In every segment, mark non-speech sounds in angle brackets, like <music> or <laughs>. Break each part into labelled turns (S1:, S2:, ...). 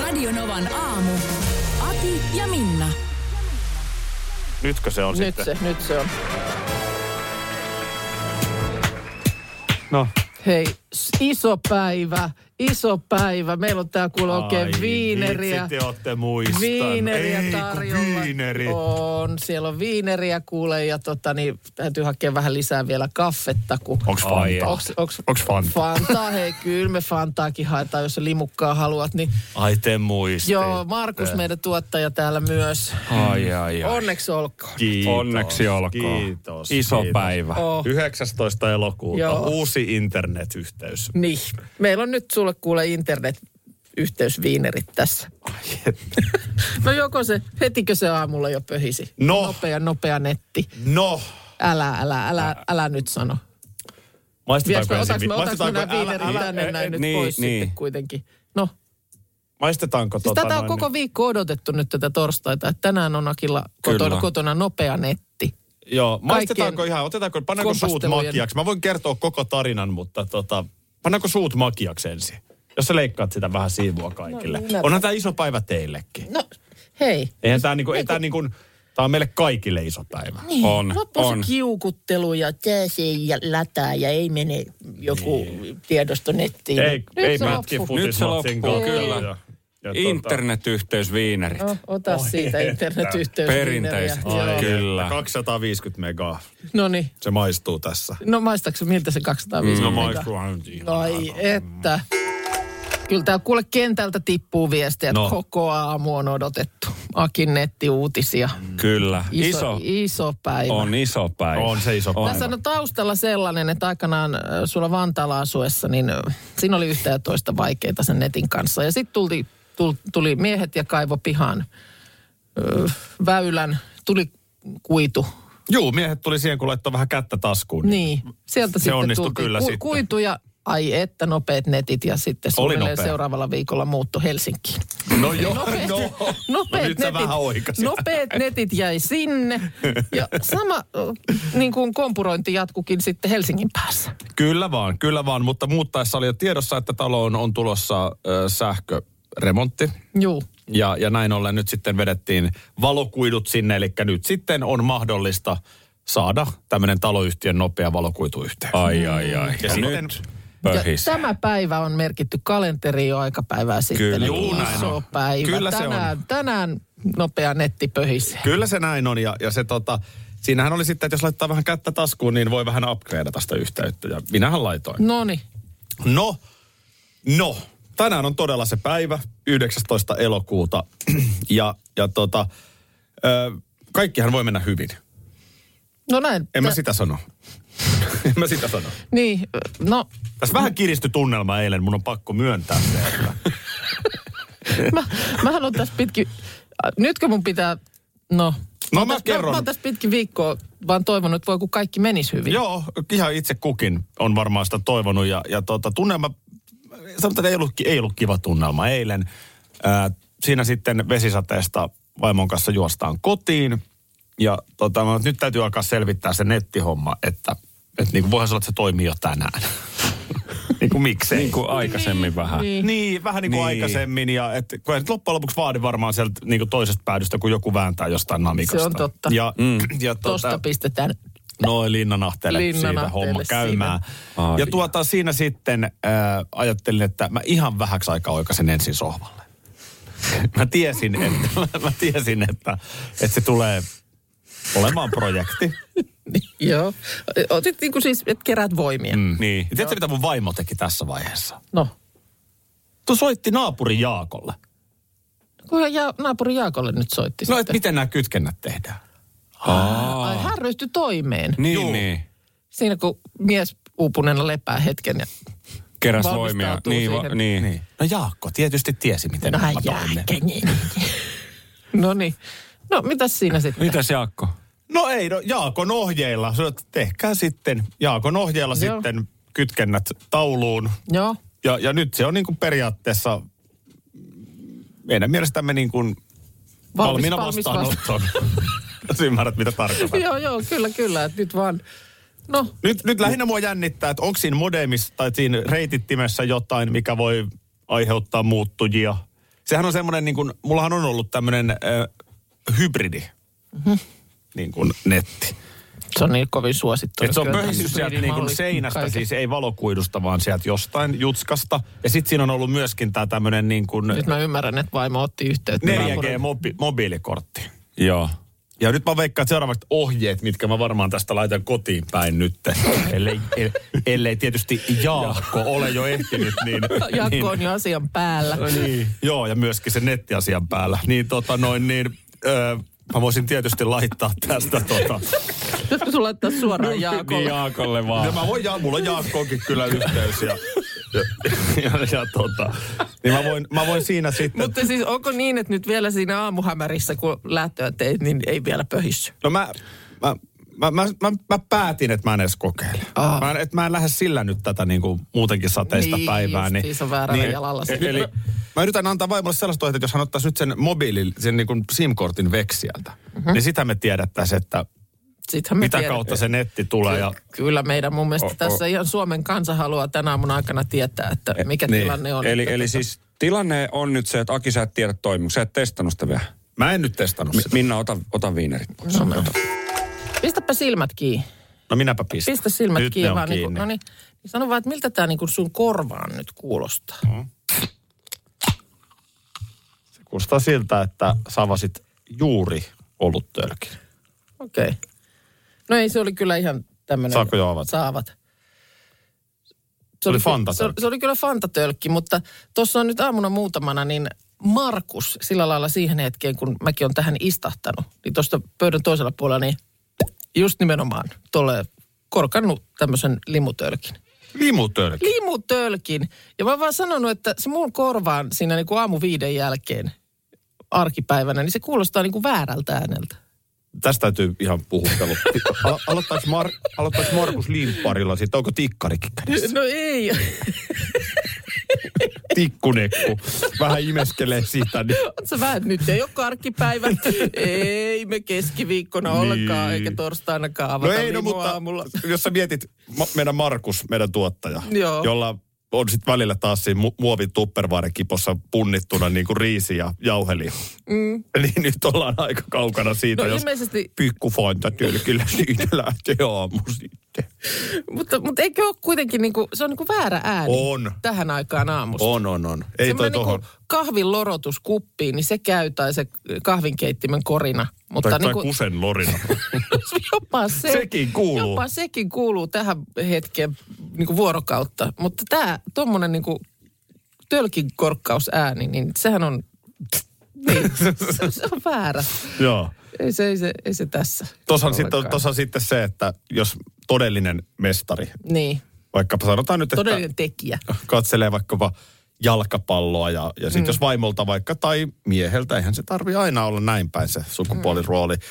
S1: Radionovan aamu. Ati ja Minna.
S2: Nytkö se on
S3: Nyt
S2: sitten?
S3: se, nyt se on.
S4: No,
S3: Hei, s- iso päivä, iso päivä. Meillä on tää kuule oikein
S2: Ai,
S3: viineriä.
S2: Vitsi te ootte muistan.
S3: Viineriä
S2: Ei, kun
S3: tarjolla.
S2: Viinerit.
S3: On, siellä on viineriä kuule ja tota, niin, täytyy hakea vähän lisää vielä kaffetta. Kun...
S2: Onks Fantaa?
S3: Onks, onks,
S2: Onks Fantaa?
S3: Fantaa, hei kyllä me Fantaakin haetaan, jos sä limukkaa haluat. Niin,
S2: Ai te muistitte.
S3: joo, Markus meidän tuottaja täällä myös.
S4: ai ai ai.
S3: Onneksi olkoon.
S2: Kiitos,
S4: Onneksi olkoon.
S2: Kiitos.
S4: Iso
S2: kiitos.
S4: päivä.
S3: Oh.
S2: 19. elokuuta
S3: Joo.
S2: uusi internetyhteys.
S3: Niin. Meillä on nyt sulle kuule internet-yhteysviinerit tässä. <laughs> no joko se, hetikö se aamulla jo pöhisi?
S2: No.
S3: Nopea, nopea netti.
S2: No,
S3: Älä, älä, älä, älä nyt sano. Viekö
S2: maistetaanko
S3: me,
S2: ensin?
S3: otaks me, otaks me
S2: maistetaanko-
S3: nämä
S2: älä-
S3: viinerit
S2: älä-
S3: tänne
S2: ä-
S3: näin nyt
S4: niin,
S3: pois
S4: niin.
S3: sitten kuitenkin? No, siis
S2: Maistetaanko
S3: tota
S2: tota
S3: tätä on
S2: noin
S3: koko
S2: nyt?
S3: viikko odotettu nyt tätä torstaita, että tänään on Akilla
S4: Kyllä.
S3: kotona, kotona nopea netti.
S2: Joo, maistetaanko
S3: kaikkien
S2: ihan, otetaanko, pannaanko suut
S3: kompastelujen-
S2: makiaksi? Mä voin kertoa koko tarinan, mutta tota, pannaanko suut makiaksi ensin? Jos sä leikkaat sitä vähän siivua kaikille.
S3: minä-
S2: Onhan tämä iso päivä teillekin.
S3: No, hei.
S2: Eihän tämä niinku, ei tää
S3: Niin.
S2: niinku, tää on meille kaikille iso päivä.
S4: On,
S3: Loppu
S4: on.
S3: Niin, se kiukuttelu ja tää se ei ja lätää ja ei mene joku
S4: Niin.
S3: tiedosto nettiin.
S2: Ei,
S3: Nyt
S2: ei
S3: se
S2: mätki
S3: loppui.
S4: Nyt se
S2: futismatsin
S4: loppuu,
S2: kautta
S4: kyllä.
S2: ja- ja tota-
S4: Internetyhteysviinerit.
S3: No, ota siitä internetyhteys.
S4: Perinteiset.
S3: Joo.
S2: Ai
S4: Kyllä.
S2: että, 250 megaa.
S3: No niin.
S2: Se maistuu tässä.
S3: No maistaaksä miltä se 250?
S4: Mm. No,
S3: Ai että. Kyllä tää kuule kentältä tippuu viestiä, että
S2: No.
S3: koko aamu on odotettu. Akin nettiuutisia.
S4: Kyllä.
S3: Iso,
S4: Iso.
S3: iso päivä.
S4: On iso päivä.
S2: On se iso päivä.
S3: Tässä on taustalla sellainen, että aikanaan äh, sulla Vantaalla asuessa, niin äh, siinä oli yhtä ja toista vaikeita sen netin kanssa. Ja sitten tuli, tul- tuli miehet ja kaivo pihan ö, väylän, tuli kuitu.
S2: Juu, miehet tuli siihen, kun laittoi vähän kättä taskuun.
S3: Niin, sieltä
S2: Se
S3: sitten
S2: onnistui
S3: tultiin
S2: kyllä sitten.
S3: kuitu ja ai että nopeat netit ja sitten
S2: Oli
S3: suunnilleen
S2: nopea.
S3: seuraavalla viikolla muutto Helsinkiin.
S2: No
S3: <laughs>
S2: joo, no.
S3: Nopeat,
S2: no nyt sä
S3: netit,
S2: vähän oikasit.
S3: nopeat netit jäi sinne ja sama ö, niin kuin kompurointi jatkukin sitten Helsingin päässä.
S2: Kyllä vaan, kyllä vaan, mutta muuttaessa oli jo tiedossa, että taloon on tulossa ö, sähköremontti.
S3: Juu.
S2: Ja, ja näin ollen nyt sitten vedettiin valokuidut sinne, eli nyt sitten on mahdollista saada tämmöinen taloyhtiön nopea valokuituyhteys.
S4: Ai ai ai.
S2: Ja
S4: Ja,
S2: sitten-
S4: nyt
S3: Ja
S4: pöhis.
S3: tämä päivä on merkitty kalenteriin jo aika päivää sitten.
S4: Kyllä,
S3: eli
S2: juu, näin
S3: iso
S2: on.
S3: päivä.
S2: Kyllä se on.
S3: tänään, tänään nopea netti pöhisee.
S2: Kyllä se näin on ja, ja se tota, siinähän oli sitten, että jos laittaa vähän kättä taskuun, niin voi vähän upgradeata sitä yhteyttä ja minähän laitoin.
S3: Noni,
S2: No, no, tänään on todella se päivä, 19. elokuuta <clears throat> ja, ja tota, ö, kaikkihan voi mennä hyvin.
S3: no näin.
S2: En mä
S3: Tä-
S2: sitä sano. <laughs> en mä sitä sano.
S3: Niin, no <laughs>
S2: Tässä vähän kiristyi tunnelma eilen, mun on pakko myöntää se. Että...
S3: mä, mähän on tässä pitkin, äh, nytkö mun pitää, no.
S2: No
S3: oon
S2: mä
S3: tässä-
S2: kerron.
S3: Mä, mä oon tässä pitkin viikkoa vaan toivonut, että voi kun kaikki menisi hyvin.
S2: Joo, ihan itse kukin on varmaan sitä toivonut. Ja, ja tota, tunnelma, sanotaan, että ei ollut, ei ollut kiva tunnelma eilen. Ää, siinä sitten vesisateesta vaimon kanssa juostaan kotiin. Ja tota, mä, oon, nyt täytyy alkaa selvittää se nettihomma, että, että niin kuin voihan se olla, että se toimii jo tänään. <laughs> niin kuin miksei.
S4: Niin kuin aikaisemmin vähän.
S3: Niin.
S2: Niin, vähän niin kuin
S4: Niin.
S2: aikaisemmin. Ja et, kun ei nyt loppujen lopuksi vaadi varmaan sieltä niin kuin toisesta päädystä, kun joku vääntää jostain namikasta.
S3: Se on totta.
S2: Ja, mm. <clears throat> ja
S3: Tosta
S2: tota,
S3: pistetään.
S2: Noin linnanahteelle siitä
S3: Linnanahteelle
S2: homma käymään.
S4: Ai
S2: ja
S4: jaa.
S2: tuota siinä sitten äh, ajattelin, että mä ihan vähäksi aikaa oikaisen ensin sohvalle. <laughs> mä tiesin, että, <laughs> mä tiesin, että, että se tulee olemaan projekti.
S3: Joo. Otit niin kuin siis, että kerät voimia. Mm.
S4: Niin.
S2: Ja tiedätkö, mitä mun vaimo teki tässä vaiheessa?
S3: No.
S2: Tu soitti naapuri Jaakolle.
S3: Kunhan ja, naapuri Jaakolle nyt soitti
S2: No, että
S3: sitten.
S2: miten nämä kytkennät tehdään?
S3: Ai, hän ryhtyi toimeen.
S4: Niin,
S2: Juu.
S4: niin.
S3: Siinä kun mies uupuneena lepää hetken ja
S4: Keräs
S3: Valmistautuu
S4: voimia. Niin, va,
S3: siihen.
S4: niin. niin.
S2: Niin. No Jaakko tietysti tiesi, miten niin.
S3: No
S2: mä
S3: jää,
S2: toimin.
S3: <laughs> No niin. No mitäs siinä sitten?
S4: Mitäs Jaakko?
S2: No ei, no Jaakon ohjeilla. Sanoit, että Tehkää sitten, Jaakon ohjeilla
S3: Joo.
S2: sitten kytkennät tauluun.
S3: Joo.
S2: Ja, ja nyt se on niin kuin periaatteessa meidän mielestämme niin kuin valmiina vastaanottoon. <laughs> Jos ymmärrät, mitä tarkoitan.
S3: <laughs> Joo, joo, kyllä, kyllä. Että nyt vaan, no
S2: Nyt, nyt lähinnä mua jännittää, että onko siinä modemissa tai siinä reitittimessä jotain, mikä voi aiheuttaa muuttujia. Sehän on semmoinen, niin kuin, mullahan on ollut tämmöinen äh, hybridi,
S3: Mhm.
S2: niin kuin netti.
S3: se on niin kovin suosittu.
S2: Et se on
S3: Kyllä
S2: pöhissyt
S3: tässä
S2: sieltä
S3: hybridimalli
S2: niin kuin seinästä,
S3: kaiken-
S2: siis ei valokuidusta, vaan sieltä jostain jutskasta. Ja sitten siinä on ollut myöskin tämä tämmöinen niin kuin
S3: Nyt mä ymmärrän, että vaimo otti yhteyttä. naapurin-
S2: 4G-mobiilikortti.
S4: Joo.
S2: Ja nyt mä veikkaan että seuraavat ohjeet, mitkä mä varmaan tästä laitan kotiin päin nyt. Ellei, el, ellei tietysti Jaakko ole jo ehtinyt, niin...
S3: <laughs> Jaakko on jo asian päällä. <laughs>
S2: niin, niin. Joo, ja myöskin se nettiasian päällä. Niin tota noin, niin... Öö, mä voisin tietysti laittaa tästä tota...
S3: Nyt sulla laittaa suoraan Jaakolle.
S4: Niin Jaakolle
S2: Ja
S4: vaan.
S2: mä voin, ja, mulla on Jaakkoonkin kyllä yhteys ja, ja, ja, ja tota, niin mä voin, mä voin siinä sitten. Mut,
S3: Mutta siis onko niin, että nyt vielä siinä aamuhämärissä, kun lähtöä teit, niin ei vielä pöhissy?
S2: no mä, mä, mä, mä, mä, mä päätin, että mä en edes kokeile.
S3: Aa.
S2: Mä, en- et mä en lähde sillä nyt tätä niin kuin muutenkin sateista
S3: Niin,
S2: päivää.
S3: just,
S2: Niin,
S3: siis on väärällä jalalla se.
S2: Eli mä, mä yritän antaa vaimolle sellaista ohjetta, että jos hän ottaisi nyt sen mobiilin, sen niin kuin SIM-kortin veksiältä, mm-hmm. niin sitä me tiedettäisiin, että
S3: Sittenhän Mhm. me
S2: mitä
S3: tiedetään.
S2: kautta se netti tulee. Ja,
S3: Kyllä meidän mun mielestä
S4: O- o-
S3: tässä ihan Suomen kansa haluaa tänä aamun aikana tietää, että mikä
S2: niin.
S3: tilanne on.
S4: Eli,
S3: Että
S4: eli
S3: tota-
S4: siis tilanne on nyt se, että Aki sä et tiedä toimiko. Sä et testannut sitä vielä.
S2: mä en nyt testannut
S4: Mi-
S2: sitä.
S4: Minna, ota, ota viinerit pois.
S3: No, no. Pistäpä silmät kiinni.
S2: No minäpä pistän.
S3: Pistä silmät
S2: nyt
S3: kiinni
S2: ne
S3: vaan.
S2: on
S3: Niin,
S2: kiinni.
S3: no niin, niin sano vaan, että miltä tämä niin sun korvaan nyt kuulostaa.
S2: Se kuulostaa siltä, että savasit juuri ollut tölkin.
S3: Okei. Okay. No ei, se oli kyllä ihan tämmöinen...
S2: Saako jo avata?
S3: Saavat.
S2: Se oli
S3: ky-
S2: fantatölkki.
S3: Se, oli- se oli kyllä fantatölkki, mutta tuossa on nyt aamuna muutamana, niin Markus sillä lailla siihen hetkeen, kun mäkin on tähän istahtanut, niin tuosta pöydän toisella puolella, niin just nimenomaan tulee korkannut tämmöisen limutölkin.
S2: Limutölki.
S3: Limutölkin. Ja mä oon vaan sanonut, että se mun korvaan siinä niin kuin aamu viiden jälkeen arkipäivänä, niin se kuulostaa niin kuin väärältä ääneltä.
S2: Tästä täytyy ihan puhuttelu. <laughs> Al- aloittaako, Mar- aloittaako Markus Limpparilla siitä? Onko tikkarikin kädessä?
S3: No ei.
S2: <laughs> Tikkunekku. Vähän imeskelee sitä. Niin.
S3: Sä vähän, nyt ei ole
S2: <laughs>
S3: karkkipäivä. ei me keskiviikkona niin. ollenkaan, eikä torstainakaan
S2: No
S3: avata
S2: ei, no, mutta
S3: aamulla.
S2: jos sä mietit ma- meidän Markus, meidän tuottaja,
S3: Joo.
S2: jolla on sitten välillä taas siinä mu- muovin tupperware-kipossa punnittuna niin kuin riisi ja jauheli. Mm. Niin nyt ollaan aika kaukana siitä,
S3: No
S2: jos
S3: ilmeisesti-
S2: pikku kyllä siitä lähtee aamu sitten.
S3: Mutta, mutta eikö ole kuitenkin, niinku, se on niinku väärä ääni
S2: On.
S3: tähän aikaan aamusta.
S2: On, on, on. Ei toi
S3: Semmoinen
S2: tohon.
S3: niinku kahvin lorotus kuppiin, niin se käy tai se kahvinkeittimen korina. Mutta
S2: Tai, tai
S3: niinku,
S2: kusen lorina. <laughs>
S3: jopa <laughs> se,
S2: Sekin kuuluu.
S3: Jopa sekin kuuluu tähän hetkeen niinku vuorokautta. Mutta tämä tuommoinen niinku tölkin korkkausääni, niin sehän on... Niin, se, se on väärä.
S2: Joo.
S3: Ei se, ei se, ei se tässä.
S2: Tuossa on, sitten,
S3: ollenkaan.
S2: tuossa on sitten se, että jos todellinen mestari,
S3: Niin,
S2: vaikkapa sanotaan nyt, että
S3: todellinen tekijä.
S2: katselee vaikkapa jalkapalloa ja, ja sitten mm. jos vaimolta vaikka tai mieheltä, eihän se tarvi aina olla näin päin se sukupuolirooli.
S3: Mm.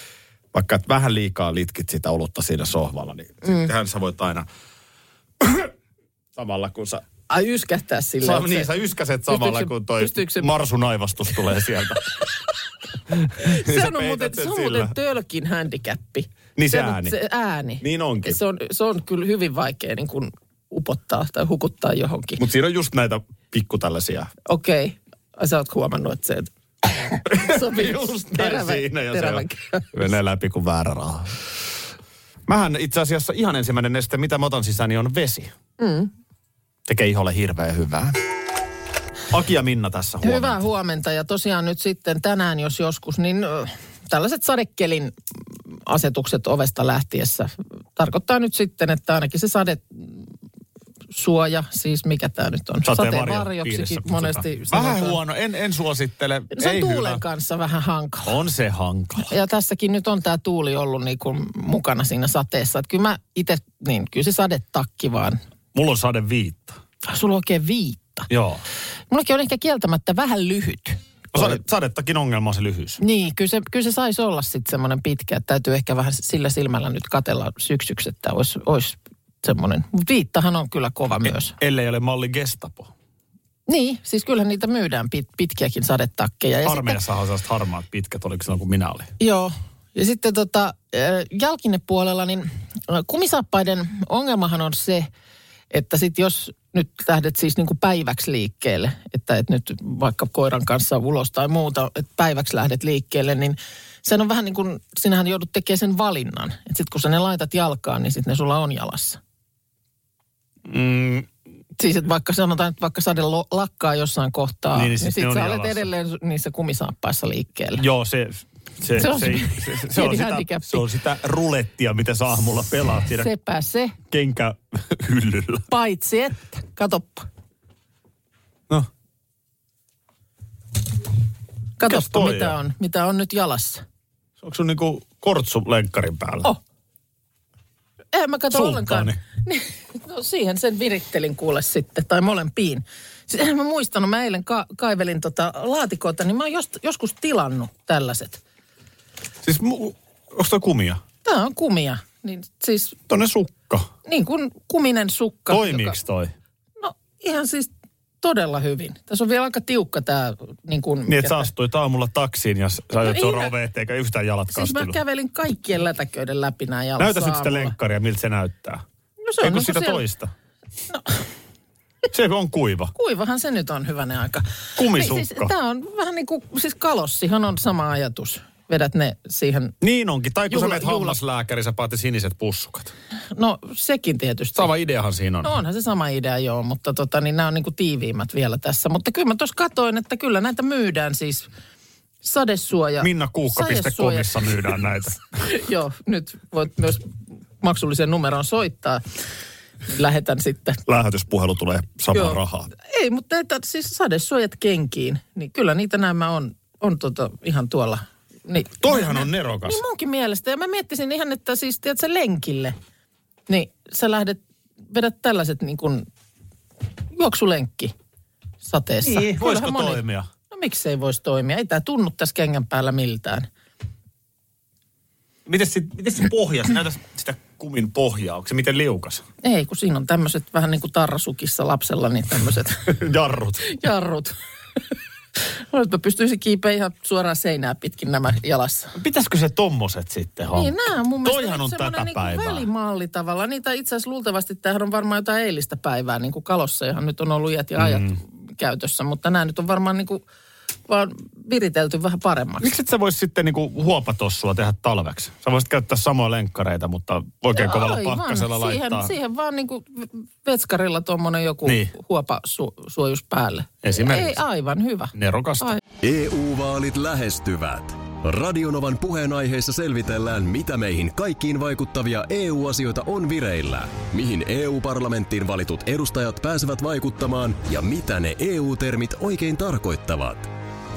S2: Vaikka et vähän liikaa litkit sitä olutta siinä sohvalla, niin mm. sittenhän sä voit aina <coughs> samalla kun sä...
S3: Ai yskähtää silleen.
S2: Sa,
S3: että
S2: niin,
S3: se-
S2: sä yskäset samalla
S3: pystyykö se-
S2: kun toi
S3: pystyykö se-
S2: marsun aivastus tulee sieltä.
S3: <laughs>
S2: niin sä
S3: Sehän on
S2: peität
S3: muuten, se on
S2: sillä.
S3: muuten tölkin handicappi.
S2: Niin se
S3: on-
S2: ääni.
S3: Se ääni.
S2: Niin onkin.
S3: Se on, se on kyllä hyvin vaikea niin kuin upottaa tai hukuttaa johonkin.
S2: Mutta siinä on just näitä pikku tällaisia.
S3: Okei. Okay. Sä oot huomannut,
S2: <laughs>
S3: että se sopii
S2: Just
S3: terävä-
S2: näin siinä, ja se
S3: terävä
S2: on,
S3: käy.
S2: menee läpi kuin väärä raha. Mähän itse asiassa ihan ensimmäinen neste, mitä mä otan sisään, niin on vesi. Mm. Tekee iholle hirveän hyvää. Aki ja Minna tässä huomenta.
S3: Hyvää huomenta ja tosiaan nyt sitten tänään, jos joskus, niin ö, tällaiset sadekelin asetukset ovesta lähtiessä tarkoittaa nyt sitten, että ainakin se sade suoja, siis mikä tämä nyt on? Sateenvarjoksikin monesti
S2: Vähän
S3: sanotaan. No
S2: huono, en, en suosittele.
S3: Se on
S2: Ei
S3: tuulen
S2: hyvä.
S3: kanssa vähän hankala.
S2: On se hankala.
S3: Ja tässäkin nyt on tämä tuuli ollut niin kuin mukana siinä sateessa. Että kyllä mä itse, niin kyllä se sadetakki vaan.
S2: Mulla on sade viitta.
S3: sulla on oikein viitta.
S2: Joo.
S3: Mullakin on ehkä kieltämättä vähän lyhyt.
S2: No, sade, sadettakin ongelma on se lyhyys.
S3: Niin, kyllä se, kyllä se saisi olla sitten semmoinen pitkä, että täytyy ehkä vähän sillä silmällä nyt katella syksyksi, että olisi, olisi semmoinen. Mutta viittahan on kyllä kova myös.
S2: Ellei ole malli Gestapo.
S3: Niin, siis kyllähän niitä myydään pit, pitkiäkin sadetakkeja. Ja sitten,
S2: Armeijassa on sellaiset harmaat pitkät, oliko silloin kun minä olin.
S3: joo, ja sitten tota, äh, jalkinepuolella, niin äh, kumisaappaiden ongelmahan on se, että sit jos nyt lähdet siis niin kuin päiväksi liikkeelle, että et nyt vaikka koiran kanssa ulos tai muuta, että päiväksi lähdet liikkeelle, niin sen on vähän niin kuin, sinähän joudut tekemään sen valinnan. Että sitten kun sä ne laitat jalkaan, niin sitten ne sulla on jalassa.
S2: Mm,
S3: Siis että vaikka sanotaan, että vaikka sade lo- lakkaa jossain kohtaa,
S2: Niin,
S3: niin,
S2: niin
S3: niin
S2: sit
S3: sitten
S2: ne
S3: sit
S2: on
S3: sä olet
S2: jalassa.
S3: edelleen su- niissä kumisaappaissa liikkeellä.
S2: joo, se, se,
S3: Se on-
S2: se, se, se, on
S3: Pieni
S2: sitä,
S3: handicap.
S2: se on sitä rulettia, mitä sä aamulla pelaat siinä se...
S3: Sepä se,
S2: kenkähyllyllä.
S3: paitsi että, katoppa,
S2: No.
S3: katoppa
S2: toi
S3: mitä
S2: on?
S3: on, mitä on nyt jalassa.
S2: Onko sun niinku kortsu lenkkarin päällä?
S3: Oh. Eihän mä kato ollenkaan.
S2: Sulttaani.
S3: Niin, No siihen sen virittelin kuule sitten, tai molempiin. Siis en mä muistanut, mä eilen ka- kaivelin tota laatikoita, niin mä oon jost- joskus tilannut tällaiset.
S2: Siis mu- onko toi kumia?
S3: Tää on kumia, niin siis
S2: Tonne sukka.
S3: niin kuin kuminen sukka.
S2: Toimiiks toi?
S3: No ihan siis todella hyvin. Tässä on vielä aika tiukka tämä niin kuin...
S2: Niin, että sä astuit aamulla taksiin ja sä ajat
S3: No
S2: no,
S3: ihan-
S2: rove, eikä yhtään jalat
S3: Siis mä
S2: kastelu.
S3: kävelin kaikkien lätäköiden läpi nämä jalat
S2: Näytä nyt sitä lenkkaria, miltä se näyttää.
S3: No se on
S2: Ei kun
S3: niinku
S2: sitä
S3: siellä-
S2: toista. No. Se on kuiva.
S3: Kuivahan se nyt on hyvänen aika.
S2: Kumisukka.
S3: Ei, siis, tämä on vähän niin kuin, siis kalossihan on sama ajatus. Vedät ne siihen,
S2: Niin onkin. Tai kun sä
S3: Juhla-
S2: menet
S3: juhla-
S2: hammaslääkäriin, sä paati siniset pussukat.
S3: no sekin tietysti.
S2: Sama ideahan siinä on.
S3: No onhan se sama idea joo, mutta tota, niin nämä on niin kuin tiiviimmät vielä tässä. Mutta kyllä mä tuossa katoin, että kyllä näitä myydään siis sadesuoja. sadesuoja-
S2: Minnakuukka.comissa myydään näitä.
S3: <laughs> Joo, nyt voit myös maksulliseen numeroon soittaa. Lähetän sitten.
S2: Lähetyspuhelu tulee samaa
S3: Joo.
S2: rahaa.
S3: Ei, mutta että, siis sadesuojat kenkiin, niin kyllä niitä nämä on, on tota, ihan tuolla. Niin,
S2: Toihan on nerokas.
S3: niin munkin mielestä. Ja mä miettisin ihan, että siis tiedät sä lenkille, niin sä lähdet, vedät tällaiset niin kuin juoksulenkki sateessa. Kyllähän
S2: Niin, Voisiko
S3: moni-
S2: toimia?
S3: No miksei voisi toimia? Ei tämä tunnu tässä kengän päällä miltään.
S2: Miten se, miten se pohja, se näytä sitä kumin pohjaa, onko se miten liukas?
S3: Ei, kun siinä on tämmöiset vähän niin kuin tarrasukissa lapsella, niin tämmöiset
S2: <laughs> Jarrut.
S3: <laughs> jarrut. <laughs> Olet, mä pystyisin kiipeä ihan suoraan seinää pitkin nämä jalassa.
S2: Pitäisikö se tommoset sitten
S3: Oh.
S2: homma?
S3: Niin, nämä on mun mielestä
S2: Toihan
S3: nyt
S2: on
S3: semmoinen
S2: tätä
S3: niinku
S2: päivää.
S3: välimalli tavallaan. Niitä itse asiassa luultavasti, tämähän on varmaan jotain eilistä päivää, niin kuin kalossa, ihan nyt on ollut iät ja ajat mm.
S2: Mm-hmm.
S3: käytössä, mutta nämä nyt on varmaan niin kuin vaan viritelty vähän paremmaksi.
S2: Miksi et sä vois sitten niinku huopatossua tehdä talveksi? Sä voisit käyttää samoja lenkkareita, mutta oikein kovalla
S3: Aivan.
S2: pakkasella
S3: siihen,
S2: laittaa.
S3: Siihen vaan niin kuin vetskarilla tuommoinen joku
S2: Niin.
S3: niin. huopasuojus päälle.
S2: Esimerkiksi.
S3: Ei, aivan hyvä.
S2: Nerokasta.
S3: Ai-
S5: EU-vaalit E lähestyvät. Radionovan puheenaiheessa selvitellään, mitä meihin kaikkiin vaikuttavia EU-asioita on vireillä, mihin EU-parlamenttiin valitut edustajat pääsevät vaikuttamaan ja mitä ne EU-termit oikein tarkoittavat.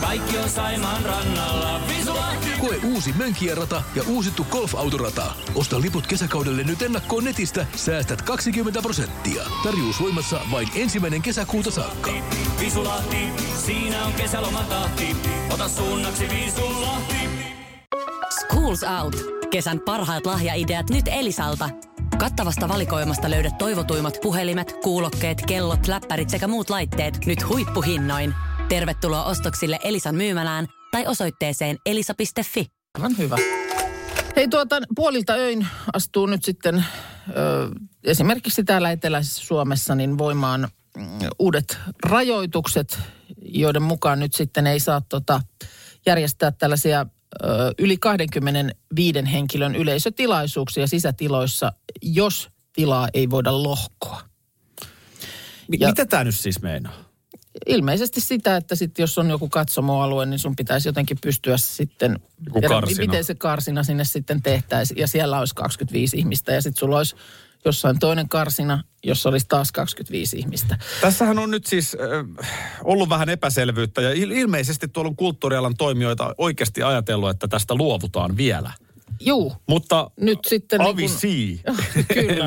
S6: kaikki on Saimaan rannalla. Visulahti!
S7: Koe uusi Mönkijärata ja uusittu golfautorata. Osta liput kesäkaudelle nyt ennakkoon netistä, säästät 20 prosenttia. Tarjous voimassa vain ensimmäinen kesäkuuta saakka.
S6: Visulahti, siinä on kesälomatahti. Ota suunnaksi Visulahti.
S8: Schools Out. Kesän parhaat lahjaideat nyt Elisalta. Kattavasta valikoimasta löydät toivotuimmat puhelimet, kuulokkeet, kellot, läppärit sekä muut laitteet nyt huippuhinnoin. Tervetuloa ostoksille Elisan myymälään tai osoitteeseen elisa.fi.
S3: Aivan hyvä. Hei tuota, puolilta öin astuu nyt sitten ö, esimerkiksi täällä eteläisessä Suomessa niin voimaan mm, uudet rajoitukset, joiden mukaan nyt sitten ei saa tota, järjestää tällaisia ö, yli 25 henkilön yleisötilaisuuksia sisätiloissa, jos tilaa ei voida lohkoa.
S2: Mi-
S3: Ja-
S2: Mitä tää nyt siis meinaa?
S3: Ilmeisesti sitä, että sit jos on joku katsomoalue, niin sun pitäisi jotenkin pystyä sitten...
S2: Joku
S3: Tiedä,
S2: karsina.
S3: Miten se karsina sinne sitten tehtäisiin ja siellä olisi 25 ihmistä ja sitten sulla olisi jossain toinen karsina, jossa olisi taas 25 ihmistä.
S2: Tässähän on nyt siis äh, ollut vähän epäselvyyttä ja il- ilmeisesti tuolla on kulttuurialan toimijoita oikeasti ajatellut, että tästä luovutaan vielä.
S3: Juu,
S2: Mutta
S3: Nyt sitten niin kun-
S2: avisi,
S3: Kyllä.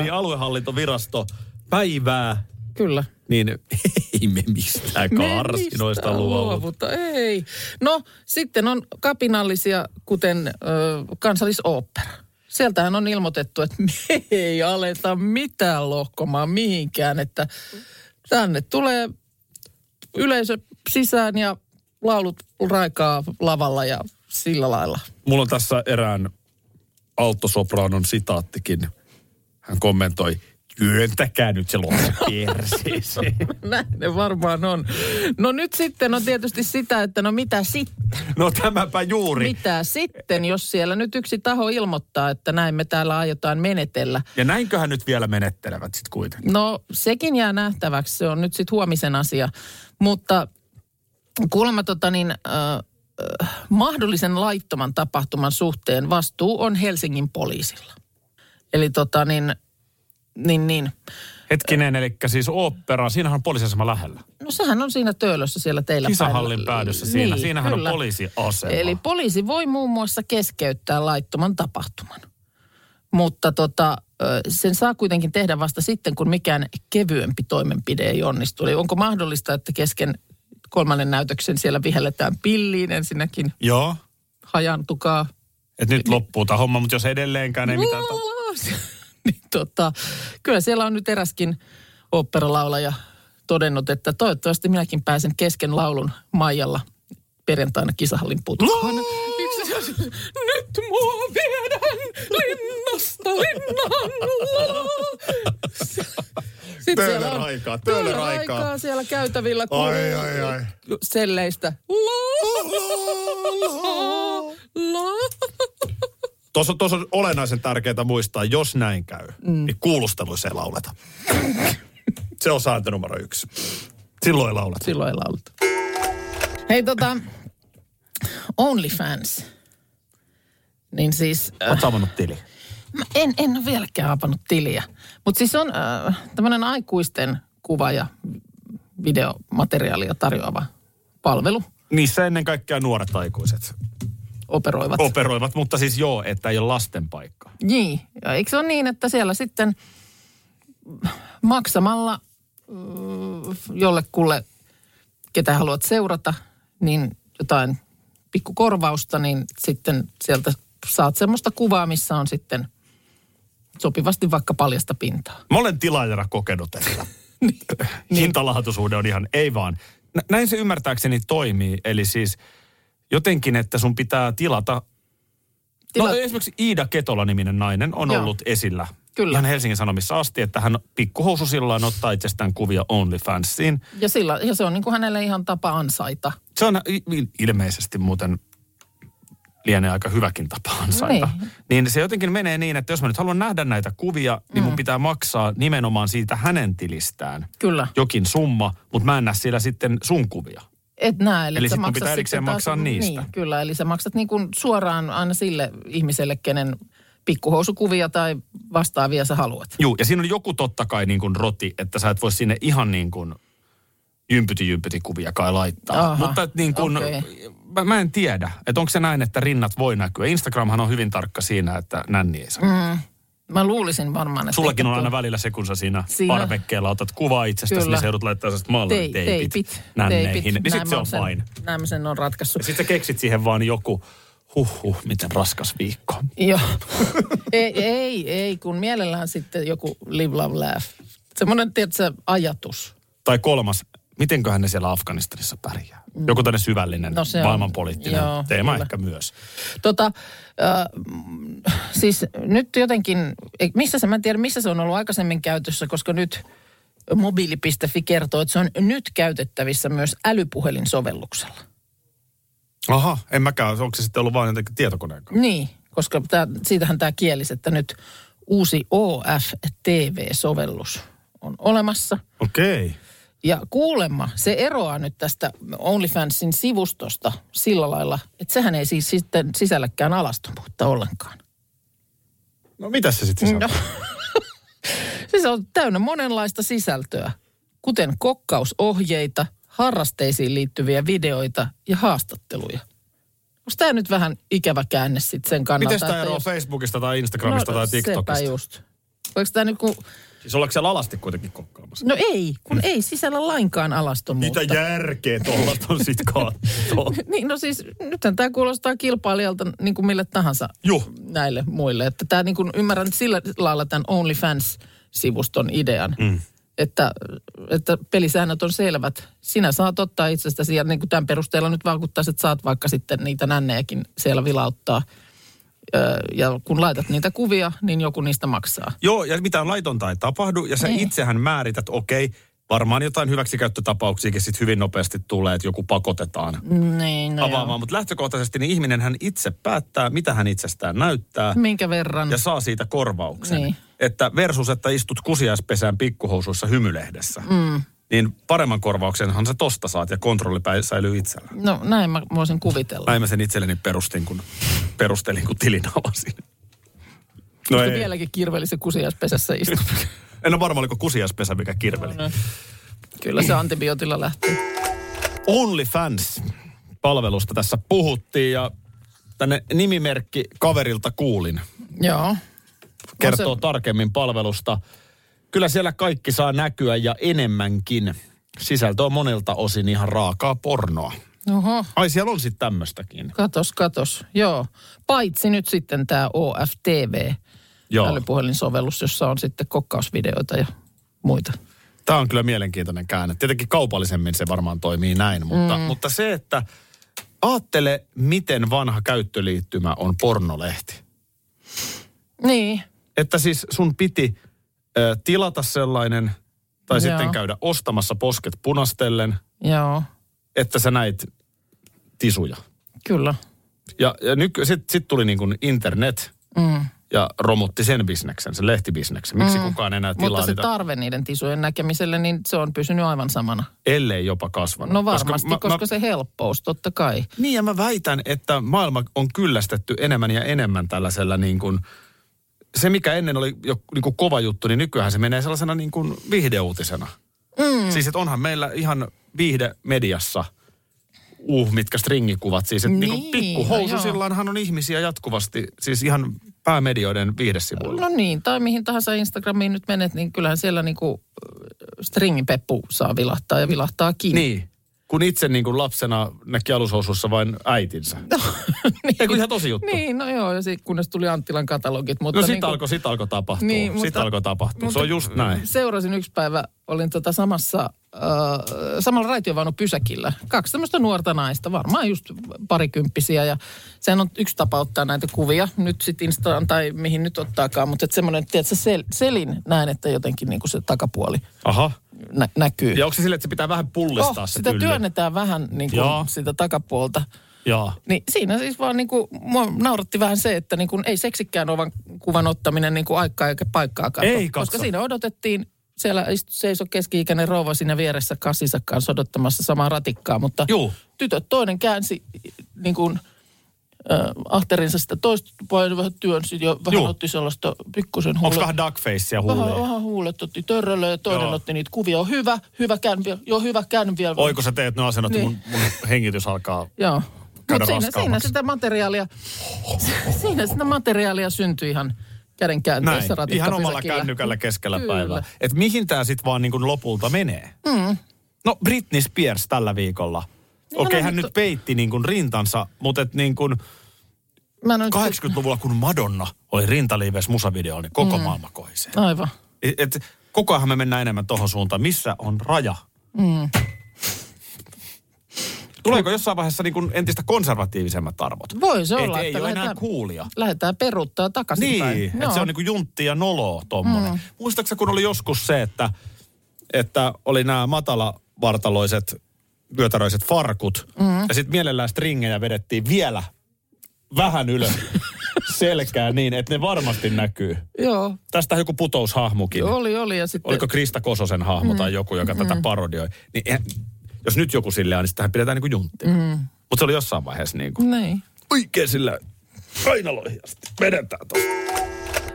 S2: <laughs> eli aluehallintovirasto, päivää,
S3: kyllä.
S2: niin <laughs> ei me mistään
S3: Me
S2: karsinoista
S3: mistään
S2: luovuta.
S3: Ei. No, sitten on kapinallisia, kuten ö, kansallisooppera. Sieltähän on ilmoitettu, että me ei aleta mitään lohkomaan mihinkään, että tänne tulee yleisö sisään ja laulut raikaa lavalla ja sillä lailla. <laughs>
S2: Mulla on tässä erään altosopraanon sitaattikin. Hän kommentoi, työntäkää nyt se lohko <laughs> perseeseen.
S3: Näin ne varmaan on. No nyt sitten on tietysti sitä, että no mitä sitten?
S2: No tämäpä juuri.
S3: Mitä sitten, jos siellä nyt yksi taho ilmoittaa, että näin me täällä aiotaan menetellä?
S2: Ja näinköhän nyt vielä menettelevät sitten kuitenkin.
S3: No sekin jää nähtäväksi, se on nyt sitten huomisen asia. Mutta kuulemma tota niin, äh, äh, mahdollisen laittoman tapahtuman suhteen vastuu on Helsingin poliisilla. Eli tota niin, niin, niin.
S9: Hetkinen, eli siis opera, siinähän on poliisiasema lähellä.
S3: No sehän on siinä töölössä siellä teillä.
S9: Kisahallin
S3: päin. Niin,
S9: päädyssä siinä. Siinähän on poliisiasema.
S3: Eli poliisi voi muun muassa keskeyttää laittoman tapahtuman. Mutta tota, ö, sen saa kuitenkin tehdä vasta sitten, kun mikään kevyempi toimenpide ei onnistu. Eli onko mahdollista, että kesken kolmannen näytöksen siellä vihelletään pilliin ensinnäkin,
S9: Joo.
S3: hajantukaa.
S9: Et nyt loppuu tämä homma, mutta jos edelleenkään ei mitään... Ta-
S3: <laughs> niin tota, kyllä siellä on nyt eräskin oopperalaulaja todennut, että toivottavasti minäkin pääsen kesken laulun Maijalla perjantaina kisahallin putkaan. Yksi se on, nyt mua viedään linnasta linnaan. Sitten
S2: Töölö
S3: siellä on-
S2: raikaa, töölö
S3: töölö
S2: raikaa.
S3: raikaa siellä käytävillä
S2: Ai, ai, ai.
S3: selleistä. la.
S2: Tuossa, tuossa on olennaisen tärkeää muistaa, jos näin käy, mm. niin kuulusteluissa ei lauleta. Se on sääntö numero yksi. Silloin ei lauleta.
S3: Silloin ei lauleta. Hei tota, OnlyFans. Niin siis, äh,
S2: Oot saavannut tili.
S3: mä en, en ole vieläkään avannut tiliä. Mutta siis on äh, tämmöinen aikuisten kuva- ja videomateriaalia tarjoava palvelu.
S2: Niissä ennen kaikkea nuoret aikuiset
S3: Operoivat. Op.
S2: operoivat, mutta siis joo, että ei ole lasten paikka.
S3: Niin. Ja eikö se ole niin, että siellä sitten maksamalla mm, jollekulle, ketä haluat seurata, niin jotain pikkukorvausta, niin sitten sieltä saat semmoista kuvaa, missä on sitten sopivasti vaikka paljasta pintaa.
S2: Mä olen tilaajana kokenut,
S3: <laughs>
S2: että hintalaatuisuuden on ihan, ei vaan. Nä- Näin se ymmärtääkseni toimii, eli siis jotenkin, että sun pitää tilata
S3: Tila-
S2: No esimerkiksi Iida Ketola-niminen nainen on
S3: Joo.
S2: Joo. ollut esillä
S3: Kyllä.
S2: ihan Helsingin Sanomissa asti, että hän pikkuhoususillaan ottaa itsestään kuvia OnlyFansiin.
S3: ja, sillä, ja se on niin kuin hänelle ihan tapa ansaita.
S2: Se on i- i- ilmeisesti muuten lienee aika hyväkin tapa ansaita.
S3: Niin.
S2: Niin. niin se jotenkin menee niin, että jos mä nyt haluan nähdä näitä kuvia, niin
S3: Mm.
S2: mun pitää maksaa nimenomaan siitä hänen tilistään
S3: Kyllä.
S2: jokin summa, mutta mä en näe siellä sitten sun kuvia.
S3: Et näe, eli,
S2: Eli
S3: sä
S2: sit mun
S3: maksat
S2: pitää erikseen
S3: taas-
S2: maksaa niistä.
S3: Niin, kyllä, eli sä maksat niin kuin suoraan aina sille ihmiselle, kenen pikkuhousukuvia tai vastaavia sä haluat.
S2: Juu, ja siinä on joku totta kai niin kuin roti, että sä et voi sinne ihan niin kuin jympyti jympyti kuvia kai laittaa.
S3: Aha,
S2: Mutta et niin kuin,
S3: okei.
S2: mä, mä, en tiedä, että onko se näin, että rinnat voi näkyä. Instagramhan on hyvin tarkka siinä, että nänni ei saa. Mm,
S3: Mä luulisin varmaan, että...
S2: Sullakin on aina välillä se, kun sä siinä,
S3: Siinä-
S2: siinä. parvekkeella otat kuvaa itsestäsi,
S3: Kyllä.
S2: niin se joudut laittaa sellaiset
S3: Tei,
S2: maalarit
S3: teipit,
S2: teipit,
S3: teipit,
S2: nänneihin. Niin
S3: Näin
S2: sit se
S3: mä
S2: on
S3: sen-
S2: fine.
S3: Näin mä sen on ratkaissut.
S2: Sitten sä keksit siihen vaan joku, huhhuh, miten raskas viikko.
S3: <laughs> Joo. ei, ei, ei, kun mielellään sitten joku live, love, laugh. Semmoinen, tiedätkö, ajatus.
S2: Tai kolmas, mitenköhän ne siellä Afganistanissa pärjää? Joku tänne syvällinen,
S3: No
S2: no
S3: se on-
S2: maailmanpoliittinen
S3: joo,
S2: teema
S3: kyllä.
S2: ehkä myös.
S3: Tota, äh, mm, siis nyt jotenkin, ei- missä se, mä en tiedä missä se on ollut aikaisemmin käytössä, koska nyt mobiili.fi kertoo, että se on nyt käytettävissä myös älypuhelinsovelluksella.
S2: Aha, en mäkään. Onko se sitten ollut vain jotenkin tietokoneen kanssa?
S3: Niin, koska tää, siitähän tämä kielisi, että nyt uusi OFTV-sovellus on olemassa.
S2: Okei. Okay.
S3: Ja kuulemma se eroaa nyt tästä OnlyFansin sivustosta sillä lailla, että sehän ei siis sitten sisälläkään alastomuutta ollenkaan.
S2: No mitä se sitten
S3: No. Siis on täynnä monenlaista sisältöä, kuten kokkausohjeita, harrasteisiin liittyviä videoita ja haastatteluja. Onko tämä nyt vähän ikävä käänne sitten sen kannalta?
S9: Miten tämä
S3: että
S9: eroaa
S3: jos-
S9: Facebookista tai Instagramista tai TikTokista?
S3: No, Sepä just. Oliko tämä niinku,
S9: Siis ollaanko siellä alasti kuitenkin kokkaamassa?
S3: no ei, kun ei sisällä lainkaan alastomuutta.
S9: Hmm. Mitä järkeä tuolla on sit
S2: <laughs>
S9: kattoo?
S3: <laughs> Niin, no siis nythän tämä kuulostaa kilpailijalta niin kuin mille tahansa
S9: Juh.
S3: näille muille. Että tämä niin kuin ymmärrän sillä lailla tämän OnlyFans-sivuston idean. Mm. Että, että pelisäännöt on selvät. Sinä saat ottaa itsestäsi ja niin kuin tämän perusteella nyt vaikuttaisi, että saat vaikka sitten niitä nännejäkin siellä vilauttaa. Ö, Ja kun laitat niitä kuvia, niin joku niistä maksaa.
S2: Joo, ja mitään laitonta ei tapahdu, ja sä
S3: Ei.
S2: itsehän määrität, okei, varmaan jotain hyväksikäyttötapauksiakin sitten hyvin nopeasti tulee, että joku pakotetaan
S3: Niin, no
S2: avaamaan. Mutta lähtökohtaisesti niin ihminen hän itse päättää, mitä hän itsestään näyttää,
S3: joo. Minkä verran?
S2: ja saa siitä korvauksen.
S3: Niin.
S2: Että versus, että istut kusiaispesään pikkuhousuissa hymylehdessä, mm. niin paremman korvauksenhan sä tosta saat, ja kontrolli pä- säilyy itsellä.
S3: No näin mä voisin kuvitella.
S2: Näin mä sen itselleni perustin, kun perustelin, kun tilin avasin. No
S3: No vieläkin kirveli se kusiaispesässä istuu.
S2: En ole varma, oliko kusiaispesä, mikä kirveli.
S3: Kyllä se antibiootilla lähtee.
S2: OnlyFans-palvelusta tässä puhuttiin ja tänne nimimerkki kaverilta kuulin.
S3: Joo.
S2: Kertoo
S3: On
S2: se... tarkemmin palvelusta. Kyllä siellä kaikki saa näkyä ja enemmänkin. Sisältö on monelta osin ihan raakaa pornoa.
S3: Oho,
S2: Ai siellä on sitten tämmöstäkin.
S3: katos, katos. Joo. Paitsi nyt sitten tämä OFTV,
S2: Joo.
S3: älypuhelinsovellus, jossa on sitten kokkausvideoita ja muita.
S2: Tämä on kyllä mielenkiintoinen käänne. Tietenkin kaupallisemmin se varmaan toimii näin, mutta, mm. mutta se, että aattele, miten vanha käyttöliittymä on pornolehti.
S3: Niin,
S2: että siis sun piti ö, tilata sellainen tai
S3: Joo.
S2: sitten käydä ostamassa posket punastellen,
S3: joo,
S2: että sä näit tisuja.
S3: kyllä.
S2: Ja, ja nyky- sitten sit tuli niin kuin internet mm. ja romutti sen bisneksen, sen lehtibisneksen. Miksi mm. kukaan enää tilaa
S3: Mutta se
S2: niitä,
S3: tarve niiden tisujen näkemiselle, niin se on pysynyt aivan samana.
S2: ellei jopa kasvanut?
S3: No varmasti, koska, se helppous, totta kai.
S2: Niin ja mä väitän, että maailma on kyllästetty enemmän ja enemmän tällaisella niin kuin, se mikä ennen oli jo niin kuin kova juttu, niin nykyään se menee sellaisena niin kuin viihdeuutisena. Mm. Siis että onhan meillä ihan viihdemediassa, uh, mitkä stringikuvat siis, että niin, niin
S3: Niin, No
S2: pikkuhoususillanhan on ihmisiä jatkuvasti, siis ihan päämedioiden viihdesivuilla.
S3: No niin, tai mihin tahansa Instagramiin nyt menet, niin kyllähän siellä niinku äh, stringipeppu saa vilahtaa ja vilahtaa <laughs> kiinni.
S2: Niin, kun itse niin kuin lapsena näki alushousussa vain äitinsä. No
S3: niin.
S2: Ei kun ihan tosi juttu.
S3: Niin, no joo, ja sit, kunnes tuli Anttilan katalogit. Mutta
S2: No sit,
S3: niin kuin-
S2: alkoi, sit alkoi tapahtua,
S3: Niin,
S2: niin, sit
S3: mutta-
S2: alkoi tapahtua. se
S3: mutta-
S2: on just näin.
S3: Seurasin yksi päivä, olin tota samassa, äh, samalla raitiovaunupysäkillä. Kaksi tämmöistä nuorta naista, varmaan just parikymppisiä. Ja sehän on yksi tapa ottaa näitä kuvia, nyt sitten Instaan tai mihin nyt ottaakaan. Mutta semmoinen, tiedätkö, sel, selin näin, että jotenkin niinku se takapuoli
S2: Aha.
S3: nä- näkyy.
S2: Ja onko se sille, että se pitää vähän pullistaa
S3: oh,
S2: se
S3: sitä
S2: tyyli?
S3: työnnetään vähän niin
S2: Joo.
S3: kuin sitä takapuolta.
S2: Joo.
S3: Niin siinä siis vaan niin kuin, mua nauratti vähän se, että niin kuin ei seksikkään ovan kuvan ottaminen niin kuin aikaa eikä paikkaa katso.
S2: Ei katso.
S3: Koska siinä odotettiin, siellä istu- seisoi keski-ikäinen rouva siinä vieressä kassinsa kanssa odottamassa samaa ratikkaa, mutta
S2: Juu.
S3: tytöt toinen käänsi niin kuin, äh, ahterinsa sitä toista puolta vähän työnsi ja vähän
S2: Juu.
S3: otti sellaista pikkusen
S2: Onko
S3: huulet.
S2: vähän duckfacea
S3: Vähän,
S2: huulia?
S3: vähän huulet otti törrölle ja toinen
S2: Joo.
S3: otti niitä kuvia. On hyvä, hyvä käyn vielä. Joo, hyvä käyn vielä.
S2: Oi kun sä teet ne asennot, niin.
S3: Niin.
S2: mun, mun hengitys alkaa.
S3: Joo.
S2: Käydä
S3: Mutta siinä, siinä
S2: raskaammaksi.
S3: sitä materiaalia, <laughs> siinä sitä materiaalia syntyi ihan käden
S2: Näin,
S3: käänteessä
S2: ihan omalla kännykällä keskellä
S3: Kyllä.
S2: päivää. Et mihin tää sit vaan niin lopulta menee? Mm. No Britney Spears tällä viikolla. Okei,
S3: Niin,
S2: okay,
S3: no,
S2: hän
S3: mutta-
S2: nyt peitti niin kuin rintansa, mutta et niin kuin
S3: Mä en ole nyt-
S2: 80-luvulla kun Madonna oli rintaliives musavideolla, niin koko mm. maailma kohisee.
S3: Aivan.
S2: Et, et, koko ajan me mennään enemmän tohon suuntaan. Missä on raja? Mm. Tuleeko jossain vaiheessa niin kuin entistä konservatiivisemmat arvot?
S3: Voi se olla,
S2: Et, ei
S3: että
S2: ole enää
S3: lähdetään-
S2: kuulia.
S3: Lähdetään peruuttaa takaisin
S2: Niin, että se on niin kuin juntti ja noloa tommonen. Mm. Muistaaksä, kun oli joskus se, että, että oli nämä matalavartaloiset, vyötäröiset farkut, mm. ja sitten mielellään stringejä vedettiin vielä vähän <laughs> ylös selkää niin, että ne varmasti näkyy.
S3: Joo,
S2: Tästä joku putoushahmokin.
S3: oli, oli. Ja sitten,
S2: Oliko Krista Kososen hahmo tai joku, joka tätä parodioi. Niin eihän- jos nyt joku sille on, niin sitähän pidetään niin kuin junttina. Mm. Mutta se oli jossain vaiheessa niin kuin
S3: Niin.
S2: oikein sillä kainaloihin asti vedetään tuosta.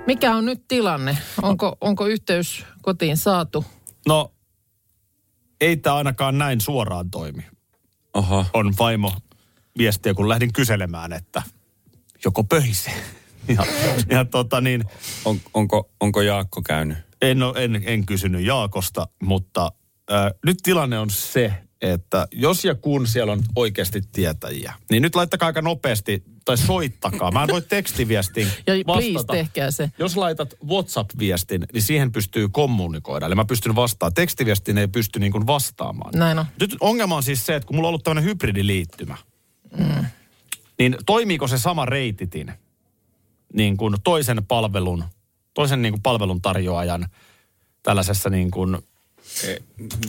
S3: Mikä on nyt tilanne? Onko, onko yhteys kotiin saatu?
S2: No, ei tämä ainakaan näin suoraan toimi.
S4: Aha.
S2: On vaimo viestiä, kun lähdin kyselemään, että joko pöhisee. <laughs> Ja, ja tota niin,
S4: On, onko, onko Jaakko käynyt?
S2: en, oo- en, en kysynyt Jaakosta, mutta äh, nyt tilanne on se, että jos ja kun siellä on oikeasti tietäjiä, niin nyt laittakaa aika nopeasti tai soittakaa. Mä en voi tekstiviestiin
S3: Ja please
S2: vastata.
S3: tehkää se.
S2: Jos laitat WhatsApp-viestin, niin siihen pystyy kommunikoida. Eli mä pystyn vastaamaan. Tekstiviestiin ei pysty niin kuin vastaamaan.
S3: Näin on.
S2: Nyt ongelma on siis se, että kun mulla on ollut tämmöinen hybridiliittymä, mm. niin toimiiko se sama reititin niin kuin toisen palvelun, toisen niin kuin palvelun tarjoajan tällaisessa niin kuin...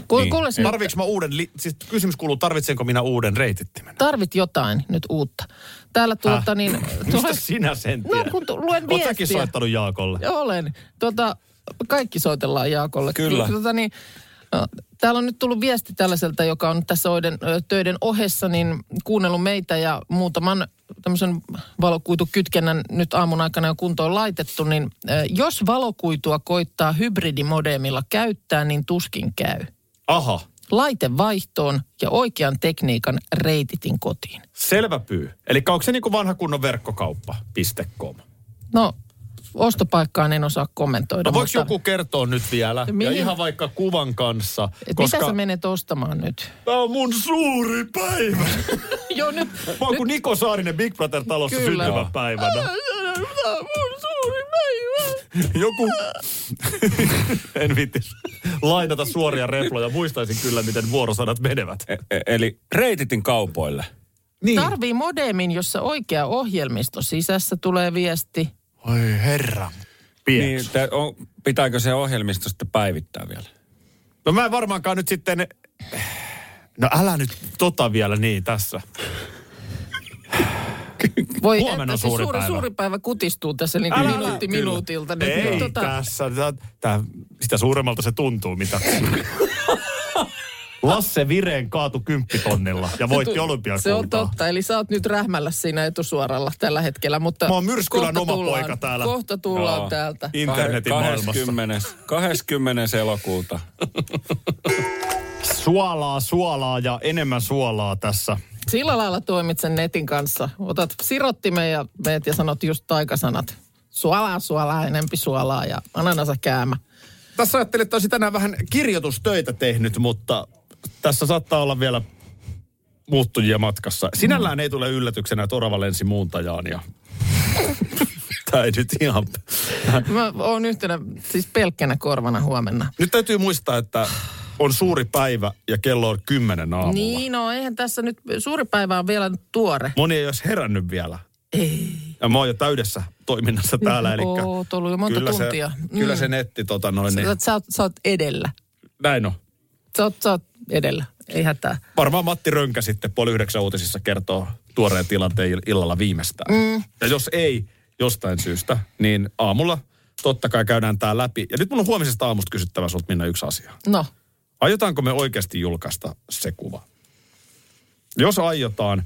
S3: Ku,
S4: Niin.
S3: niin. Kuules, nyt,
S2: Tarvitsenko mä uuden, li- siis kysymys kuuluu, tarvitsenko minä uuden reitittimen?
S3: tarvit jotain nyt uutta. Täällä
S2: Äh,
S3: tuota niin...
S2: Mistä sinä sen
S3: No,
S2: tiedät?
S3: kun tu- luen
S2: Oot säkin
S3: viestiä.
S2: soittanut Jaakolle.
S3: Olen. Tota, kaikki soitellaan Jaakolle.
S4: Kyllä.
S3: Tota, niin, no, täällä on nyt tullut viesti tällaiselta, joka on tässä oiden, ö, töiden ohessa niin kuunnellut meitä ja muutaman tämmöisen valokuitukytkennän nyt aamun aikana jo kuntoon laitettu, niin ö, jos valokuitua koittaa hybridimodeemilla käyttää, niin tuskin käy.
S2: Aha,
S3: Laite vaihtoon ja oikean tekniikan reititin kotiin.
S2: selvä pyy. Eli onko se niin kuin vanha kunnon verkkokauppa.com?
S3: No, ostopaikkaan en osaa kommentoida.
S2: No voiko
S3: mutta-
S2: joku kertoa nyt vielä? Ja
S3: Mihin?
S2: ihan vaikka kuvan kanssa.
S3: Et
S2: koska
S3: Mitä sä menet ostamaan nyt?
S2: Tämä on mun suuri päivä.
S3: Joo, nyt.
S2: Mä oon kuin Niko Saarinen Big Brother talossa
S3: Kyllä. Ah.
S2: syntymäpäivänä.
S3: Tämä on mun suuri päivä.
S2: Joku, <laughs> en vitti lainata suoria reploja, muistaisin kyllä miten vuorosanat menevät.
S4: E- e- eli reititin kaupoille.
S3: Niin. Tarvii modemin, jossa oikea ohjelmisto sisässä tulee viesti.
S2: Oi herra.
S4: Niin, tää on, pitääkö se ohjelmisto sitten päivittää vielä?
S2: No mä en varmaankaan nyt sitten... No älä nyt tota vielä niin tässä.
S3: Voi,
S2: Huomenna
S3: että
S2: on
S3: siis
S2: suuri päivä.
S3: suuri päivä kutistuu tässä niin kuin
S2: Älä-
S3: minuutti
S2: Kyllä.
S3: minuutilta. Niin,
S2: Ei
S3: tota,
S2: tässä. Tää, tää, sitä suuremmalta se tuntuu,
S3: <laughs>
S2: mitä... Lasse Vireen kaatu kymppitonnilla ja voitti olympiakultaa.
S3: se on totta, eli sä oot nyt rähmällä siinä etusuoralla tällä hetkellä, mutta
S2: Mä oon Myrskylän
S3: kohta
S2: oma
S3: tullaan-
S2: poika täällä.
S3: Kohta tullaan
S4: Joo.
S3: täältä.
S2: Internetin maailmassa.
S4: 20. 20. elokuuta.
S2: Suolaa, suolaa ja enemmän suolaa tässä.
S3: Sillä lailla toimit sen netin kanssa. Otat sirottimen ja meet ja sanot just taikasanat. Suolaa, suolaa, enempi suolaa ja ananasa käämä.
S2: Tässä ajattelin, että olisin tänään vähän kirjoitustöitä tehnyt, mutta tässä saattaa olla vielä muuttujia matkassa. Sinällään ei tule yllätyksenä, että orava lensi muuntajaan ja... <laughs> Tämä ei nyt ihan...
S3: Mä oon yhtenä, siis pelkkänä korvana huomenna.
S2: Nyt täytyy muistaa, että on suuri päivä ja kello on kymmenen aamulla.
S3: Niin, no eihän tässä nyt, suuri päivä on vielä tuore.
S2: Moni ei olisi herännyt vielä.
S3: Ei.
S2: Ja mä oon jo täydessä toiminnassa täällä, eli
S3: Oot ollut jo monta
S2: kyllä,
S3: tuntia. Mm.
S2: Se, kyllä se netti, tota noin, niin,
S3: Sä, sä, oot, sä oot edellä.
S2: näin on.
S3: Sä oot, sä oot edellä, ei hätää.
S2: Varmaan Matti Rönkä sitten puoli yhdeksän uutisissa kertoo tuoreen tilanteen ill- illalla viimeistään. Mm. Ja jos ei jostain syystä, niin aamulla totta kai käydään tämä läpi. Ja nyt mun on huomisesta aamusta kysyttävä sulta Minna yksi asia.
S3: No,
S2: Aiotaanko me oikeasti julkaista se kuva? Jos aiotaan,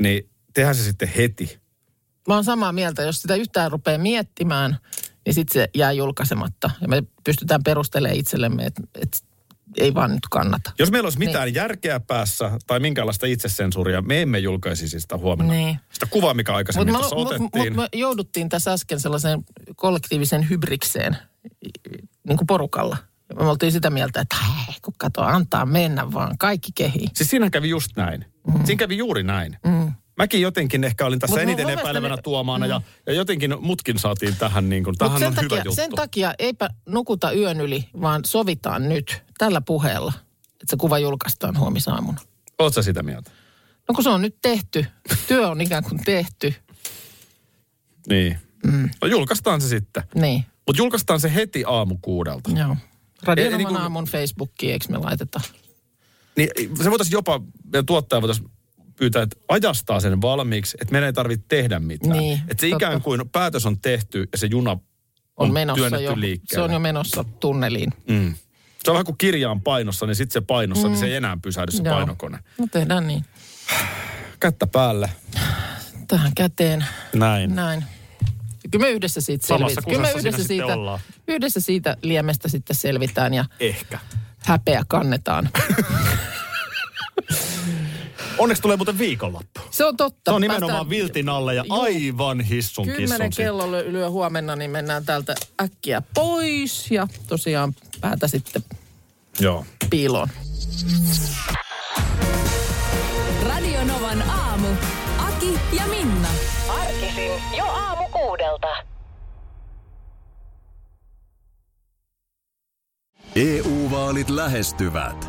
S2: niin tehdään se sitten heti.
S3: mä oon samaa mieltä, jos sitä yhtään rupeaa miettimään, niin sit se jää julkaisematta. Ja me pystytään perustelemaan itsellemme, että et, ei vaan nyt kannata.
S2: Jos meillä olisi mitään niin. järkeä päässä tai minkäänlaista itsesensuuria, me emme julkaisisi sitä huomenna.
S3: Niin.
S2: Sitä kuvaa, mikä aikaisemmin
S3: Mutta
S2: tässä otettiin.
S3: me jouduttiin tässä äsken sellaiseen kollektiiviseen hybrikseen niin kuin porukalla. Ja Me oltiin sitä mieltä, että hei, kun kato, antaa mennä vaan, kaikki kehi.
S2: Siis siinä kävi just näin. Mm. Siinä kävi juuri näin. Mm. Mäkin jotenkin ehkä olin tässä
S3: Mut
S2: Mut
S3: mun
S2: eniten
S3: mielestäni-
S2: epäilevänä tuomaana ja, ja jotenkin mutkin saatiin tähän niin kuin,
S3: Mut
S2: tähän
S3: sen
S2: on
S3: takia,
S2: hyvä juttu.
S3: Sen takia eipä nukuta yön yli, vaan sovitaan nyt tällä puheella, että se kuva julkaistaan huomisaamuna.
S2: Oot sä sitä mieltä?
S3: No kun se on nyt tehty, työ on ikään kuin tehty,
S2: Niin. Mm. No julkaistaan se sitten.
S3: niin,
S2: Mutta julkaistaan se heti aamu kuudelta.
S3: joo.
S2: Ei, ei
S3: Radionoman
S2: niinku-
S3: aamun Facebookiin, eikö me laiteta?
S2: Niin se voitaisiin jopa, ja tuottaja voitaisiin pyytää, että ajastaa sen valmiiksi, että meidän ei tarvitse tehdä mitään.
S3: Niin,
S2: että se
S3: totta.
S2: ikään kuin päätös on tehty ja se juna on,
S3: On, menossa
S2: työnnetty
S3: jo, se
S2: liikkeelle.
S3: on jo menossa tunneliin.
S2: mm. se on vähän kuin kirja on painossa, niin sitten se painossa, mm. niin se ei enää pysähdy se
S3: Joo.
S2: painokone.
S3: No tehdään niin.
S2: Kättä päälle.
S3: Tähän käteen.
S2: Näin.
S3: Näin. Kyllä me yhdessä siitä
S9: Samassa
S3: selvitään. Kyllä me
S9: kusessa siinä
S3: yhdessä
S9: sitten
S3: siitä,
S9: ollaan.
S3: yhdessä siitä liemestä sitten selvitään ja
S2: Ehkä.
S3: häpeä kannetaan.
S2: Onneksi tulee muuten viikonloppu.
S3: Se on totta.
S2: Se on nimenomaan
S3: Päästään
S2: viltin alle ja
S3: Juu.
S2: aivan hissun
S3: Kymmenen
S2: kissun sitten.
S3: kello lyö, lyö huomenna, niin mennään täältä äkkiä pois ja tosiaan päätä sitten
S4: Joo.
S3: piiloon.
S1: Radio Novan aamu. Aki ja Minna.
S10: Arkisin jo aamu kuudelta.
S5: EU-vaalit E lähestyvät.